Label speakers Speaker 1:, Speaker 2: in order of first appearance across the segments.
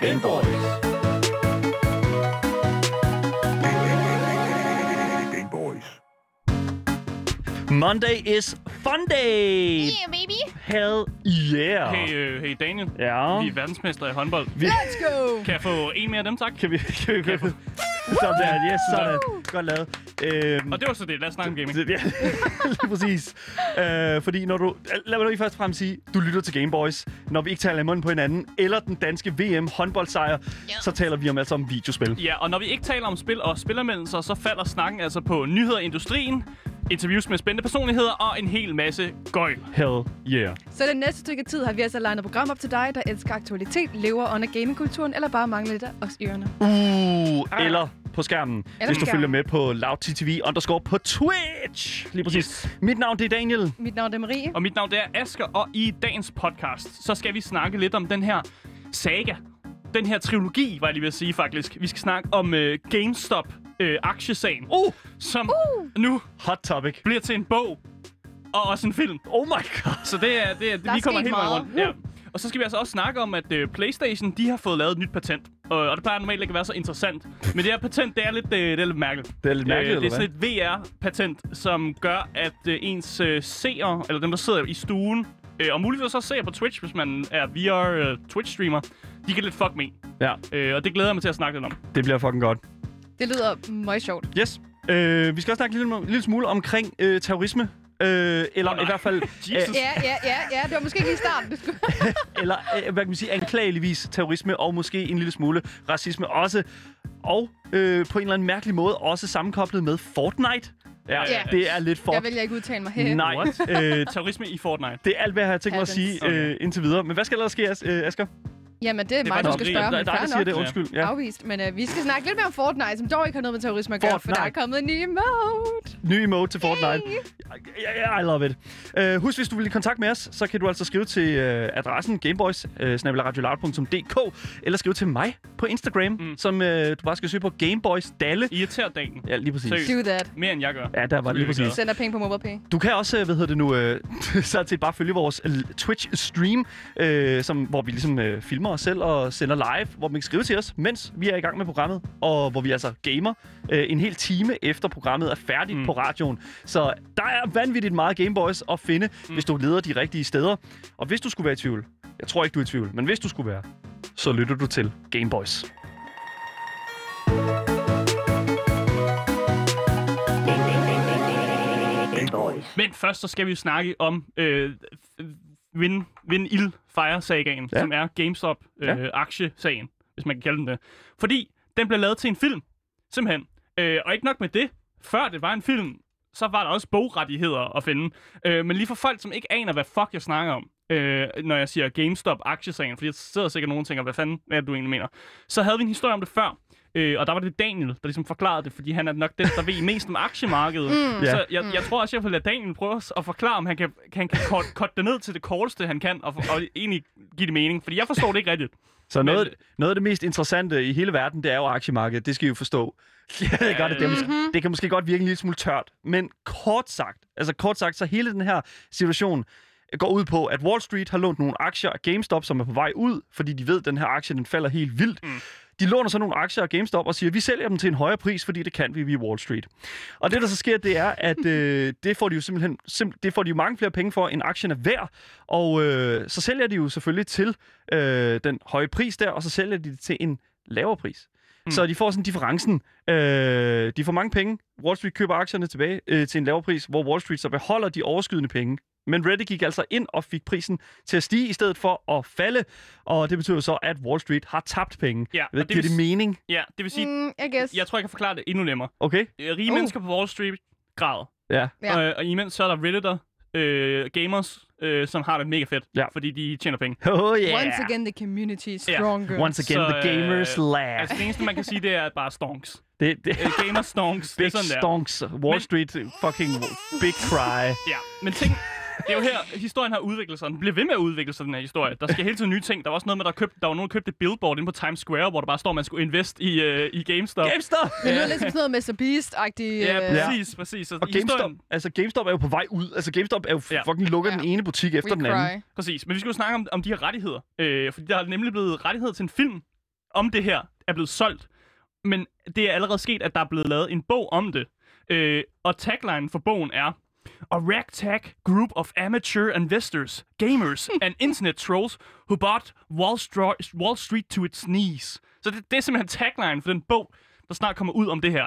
Speaker 1: Gameboys.
Speaker 2: Game Boys.
Speaker 3: Monday is fun day!
Speaker 4: Yeah, baby.
Speaker 3: Hell yeah!
Speaker 1: Hey, øh, hey Daniel.
Speaker 3: Ja.
Speaker 1: Vi er verdensmester i håndbold.
Speaker 3: Vi,
Speaker 4: Let's go.
Speaker 1: Kan jeg få en mere af dem, tak?
Speaker 3: kan vi, kan vi købe Sådan der, yes, sådan. Godt lavet. Øhm,
Speaker 1: Og det var så det. Lad os snakke om gaming.
Speaker 3: det- ja, lige præcis. Øh, fordi når du... Lad mig lige først og fremmest sige, du lytter til Gameboys. Når vi ikke taler i munden på hinanden, eller den danske VM håndboldsejr, så taler vi om altså om videospil.
Speaker 1: Ja, og når vi ikke taler om spil og spilanmeldelser, så falder snakken altså på nyheder i industrien, interviews med spændende personligheder og en hel masse gøjl.
Speaker 3: Hell yeah.
Speaker 5: Så den næste stykke tid har vi altså legnet et program op til dig, der elsker aktualitet, lever under gamingkulturen, eller bare mangler lidt af os i ørerne.
Speaker 3: Uh, eller på skærmen,
Speaker 5: på
Speaker 3: hvis du
Speaker 5: skærmen.
Speaker 3: følger med på LoudTTV underscore på Twitch. Lige præcis.
Speaker 1: Yes.
Speaker 3: Mit navn, det er Daniel.
Speaker 5: Mit navn er Marie.
Speaker 1: Og mit navn det er Asker, og i dagens podcast, så skal vi snakke lidt om den her saga. Den her trilogi, var jeg lige ved at sige faktisk. Vi skal snakke om øh, GameStop øh, aktiesagen,
Speaker 3: Uh,
Speaker 1: som nu
Speaker 3: hot topic.
Speaker 1: bliver til en bog og også en film.
Speaker 3: Oh my god.
Speaker 1: Så det er, det er,
Speaker 4: er
Speaker 1: vi kommer
Speaker 4: sket
Speaker 1: helt meget
Speaker 4: meget.
Speaker 1: rundt. Ja. Og så skal vi altså også snakke om, at øh, PlayStation de har fået lavet et nyt patent. Og, og det plejer normalt ikke at være så interessant. Men det her patent, det er lidt, øh, det er lidt mærkeligt. Øh,
Speaker 3: Det er lidt mærkeligt,
Speaker 1: det er
Speaker 3: eller
Speaker 1: sådan et VR-patent, som gør, at øh, ens øh, seere, eller dem, der sidder i stuen, øh, og muligvis også ser på Twitch, hvis man er VR-Twitch-streamer, de kan lidt fuck med.
Speaker 3: Ja,
Speaker 1: Øh, og det glæder jeg mig til at snakke lidt om.
Speaker 3: det bliver fucking godt.
Speaker 5: Det lyder meget sjovt.
Speaker 3: Yes. Øh, vi skal også snakke en lille, lille smule omkring øh, terrorisme. Øh, eller
Speaker 1: Åh,
Speaker 3: oh,
Speaker 1: nej.
Speaker 3: i hvert fald,
Speaker 1: Jesus.
Speaker 3: øh,
Speaker 5: Ja, ja, ja, ja. Det var måske ikke lige starten. Du skulle...
Speaker 3: eller øh, hvad kan man sige, anklageligvis terrorisme og måske en lille smule racisme også. Og øh, på en eller anden mærkelig måde også sammenkoblet med Fortnite. Ja,
Speaker 1: Ja.
Speaker 3: det er lidt for...
Speaker 5: Jeg vælger ikke udtale mig her.
Speaker 3: Nej,
Speaker 1: What?
Speaker 3: øh,
Speaker 1: Terrorisme i Fortnite.
Speaker 3: det er alt, hvad jeg har tænkt mig at sige
Speaker 1: Okay.
Speaker 3: øh, indtil videre. Men hvad skal der ske, As- øh, Asger?
Speaker 5: Jamen, det er mig,
Speaker 1: var
Speaker 5: du
Speaker 1: nok
Speaker 5: skal
Speaker 1: Marie.
Speaker 5: spørge om.
Speaker 3: der,
Speaker 5: men
Speaker 3: der, der
Speaker 5: fair
Speaker 3: siger
Speaker 5: nok.
Speaker 3: det, undskyld. Ja.
Speaker 5: Afvist, men øh, vi skal snakke lidt mere om Fortnite, som dog ikke har noget med terrorisme at gøre, for der er
Speaker 3: Fortnite.
Speaker 5: kommet en ny emote.
Speaker 3: Ny emote til Fortnite. Yeah, yeah, I love it. Uh, husk, hvis du vil i kontakt med os, så kan du altså skrive til uh, adressen gameboys uh, eller skrive til mig på Instagram, mm. som uh, du bare skal søge på Gameboys Dalle.
Speaker 1: Irriterer dagen.
Speaker 3: Ja, lige præcis.
Speaker 1: Seriøst.
Speaker 5: Do that.
Speaker 1: Mere end jeg gør.
Speaker 3: Ja, der var det lige
Speaker 1: Så bliver vi
Speaker 3: præcis.
Speaker 5: Sender penge på MobilePay.
Speaker 3: Du kan også, øh, hvad hedder det nu, øh, så til bare følge vores l- Twitch-stream, øh, som, hvor vi ligesom øh, filmer os selv og sender live, hvor man kan skrive til os, mens vi er i gang med programmet, og hvor vi altså gamer øh, en hel time efter programmet er færdigt mm. på radioen. Så der er vanvittigt meget Gameboys at finde, mm. hvis du leder de rigtige steder. Og hvis du skulle være i tvivl, jeg tror ikke, du er i tvivl, men hvis du skulle være, så lytter du til Gameboys.
Speaker 2: Game Boys.
Speaker 1: Men først så skal vi jo snakke om øh, Win, Win Il Fire sagaen,
Speaker 3: Ja.
Speaker 1: ja. som er GameStop øh,
Speaker 3: Ja.
Speaker 1: ja. aktiesagen, hvis man kan kalde den det. Fordi den blev lavet til en film, simpelthen. Øh, og ikke nok med det, før det var en film, så var der også bogrettigheder at finde. Øh, men lige for folk, som ikke aner, hvad fuck jeg snakker om, øh, når jeg siger GameStop aktiesagen, fordi der sidder sikkert nogen og tænker, hvad fanden hvad er det, du egentlig mener, så havde vi en historie om det før. Øh, og der var det Daniel, der ligesom forklarede det, fordi han er nok den, der ved mest om aktiemarkedet. Mm.
Speaker 3: Ja.
Speaker 1: Så jeg, jeg tror også, jeg vil lade Daniel prøve at s- at forklare, om han kan, han kan cut, cut det ned til det korteste, han kan, og, f- og egentlig give det mening. Fordi jeg forstår det ikke rigtigt.
Speaker 3: Så
Speaker 1: Men-
Speaker 3: noget, noget af det mest interessante i hele verden, det er jo aktiemarkedet. Det skal I jo forstå. Jeg ved godt, at det, er måske, det kan måske godt virke en lille smule tørt, men kort sagt, altså kort sagt, så hele den her situation går ud på, at Wall Street har lånt nogle aktier af GameStop, som er på vej ud, fordi de ved, at den her aktie den falder helt vildt. Mm. De låner så nogle aktier af GameStop og siger, at vi sælger dem til en højere pris, fordi det kan vi, vi er Wall Street. Og det, der så sker, det er, at øh, det får de jo simpelthen simp- det får de jo mange flere penge for, end aktien er værd. Og øh, så sælger de jo selvfølgelig til øh, den høje pris der, og så sælger de det til en lavere pris. Mm. Så de får sådan differencen. Øh, de får mange penge. Wall Street køber aktierne tilbage øh, til en lavere pris, hvor Wall Street så beholder de overskydende penge. Men Reddit gik altså ind og fik prisen til at stige i stedet for at falde. Og det betyder så, at Wall Street har tabt penge.
Speaker 1: Ja,
Speaker 3: Jeg
Speaker 1: og
Speaker 3: ved,
Speaker 1: det
Speaker 3: det giver
Speaker 1: vil
Speaker 3: det
Speaker 1: s-
Speaker 3: mening?
Speaker 1: Ja, det vil sige,
Speaker 5: Mm, I guess.
Speaker 1: jeg tror, jeg kan forklare det endnu nemmere.
Speaker 3: Okay?
Speaker 1: Øh, Rige
Speaker 5: Uh.
Speaker 1: uh. mennesker på Wall Street græder.
Speaker 3: Ja.
Speaker 5: Ja.
Speaker 1: Og, og imens så er der redditor, øh, gamers, øh, som har det mega fedt,
Speaker 3: Ja.
Speaker 1: fordi de tjener penge.
Speaker 3: Oh yeah!
Speaker 5: Once again, the community is
Speaker 1: Ja.
Speaker 5: stronger.
Speaker 3: Once again,
Speaker 1: Så,
Speaker 3: the gamers
Speaker 1: øh,
Speaker 3: laugh.
Speaker 1: Altså det eneste, man kan sige, det er bare stonks.
Speaker 3: det, det,
Speaker 1: Øh, gamers stonks, det er
Speaker 3: big
Speaker 1: sådan der.
Speaker 3: stonks. Wall
Speaker 1: Men-
Speaker 3: Street fucking big cry.
Speaker 1: Ja, men ting... Det er jo her, historien har udviklet sig. Den bliver ved med at udvikle sig, den her historie. Der skal hele tiden nye ting. Der var også noget med, der, købte, der var nogen, der købte et billboard inde på Times Square, hvor der bare står, at man skulle invest i, øh, i GameStop.
Speaker 3: GameStop!
Speaker 5: Det lyder lidt som sådan noget Mr. Beast-agtig.
Speaker 1: Ja,
Speaker 5: øh,
Speaker 1: præcis, præcis. Så
Speaker 3: Og GameStop,
Speaker 1: historien-
Speaker 3: altså GameStop er jo på vej ud. Altså GameStop er jo
Speaker 1: Ja.
Speaker 3: fucking lukket
Speaker 5: Ja.
Speaker 3: den ene butik
Speaker 5: we
Speaker 3: efter den anden.
Speaker 5: cry.
Speaker 1: Præcis, men vi skal jo snakke om, om de her rettigheder. Øh, fordi der er nemlig blevet rettighed til en film, om det her er blevet solgt, men det er allerede sket, at der er blevet lavet en bog om det. Øh, og tagline for bogen er A ragtag group of amateur investors, gamers and internet trolls who bought Wall, Stro- Wall Street to its knees. Så det, det er simpelthen tagline for den bog, der snart kommer ud om det her.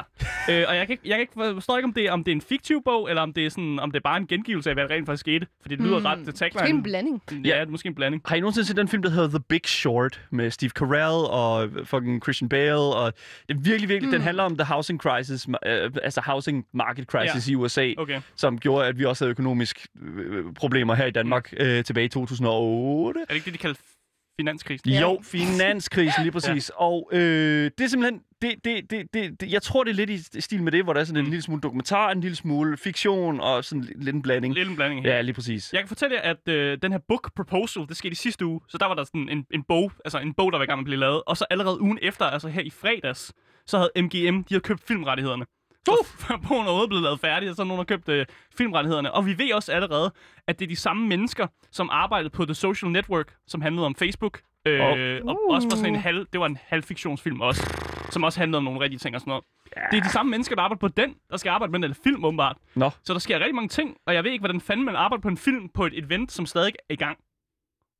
Speaker 1: øh, og jeg, kan ikke, jeg kan ikke, jeg forstår ikke, om det, er, om det er en fiktiv bog, eller om det er, sådan, om det er bare en gengivelse af, hvad der rent faktisk skete. Fordi det lyder mm. ret, det
Speaker 5: Hmm. Det er en
Speaker 1: tagline.
Speaker 5: blanding.
Speaker 1: Ja, det er måske en blanding.
Speaker 3: Har I nogensinde set den film, der hedder The Big Short, med Steve Carell og fucking Christian Bale? Og det er virkelig, virkelig, mm.
Speaker 1: Hmm.
Speaker 3: den handler om the housing crisis, øh, altså housing market crisis ja. i USA,
Speaker 1: Okay.
Speaker 3: som gjorde, at vi også havde økonomisk øh, problemer her i Danmark
Speaker 1: Hmm.
Speaker 3: øh, tilbage i 2008.
Speaker 1: Er det ikke det, de kalder f- finanskrisen?
Speaker 5: Ja.
Speaker 3: Jo, finanskrisen lige præcis. ja. Og øh, det er simpelthen, det, det, det, det, det, jeg tror, det er lidt i stil med det, hvor der er
Speaker 1: Hmm.
Speaker 3: sådan en lille smule dokumentar, en lille smule fiktion og sådan lidt en blanding.
Speaker 1: Lidt en blanding her.
Speaker 3: Ja, lige præcis.
Speaker 1: Jeg kan fortælle jer, at øh, den her book proposal, det skete i sidste uge, så der var der sådan en, en bog, altså en bog, der var i gang med at blive lavet, og så allerede ugen efter, altså her i fredags, så havde MGM, de havde købt filmrettighederne. Så uh! bogen er overhovedet blevet lavet færdig, og så er nogen, der købt øh, filmrettighederne. Og vi ved også allerede, at det er de samme mennesker, som arbejdede på The Social Network, som handlede om Facebook, øh, oh. og også var sådan en halv, det var en halvfiktionsfilm også, som også handlede om nogle rigtige ting og sådan noget. Ja. Det er de samme mennesker, der arbejder på den, der skal arbejde med den her film, åbenbart.
Speaker 3: Nå.
Speaker 1: Så der sker rigtig mange ting, og jeg ved ikke, hvordan fanden man arbejder på en film på et event, som stadig er i gang.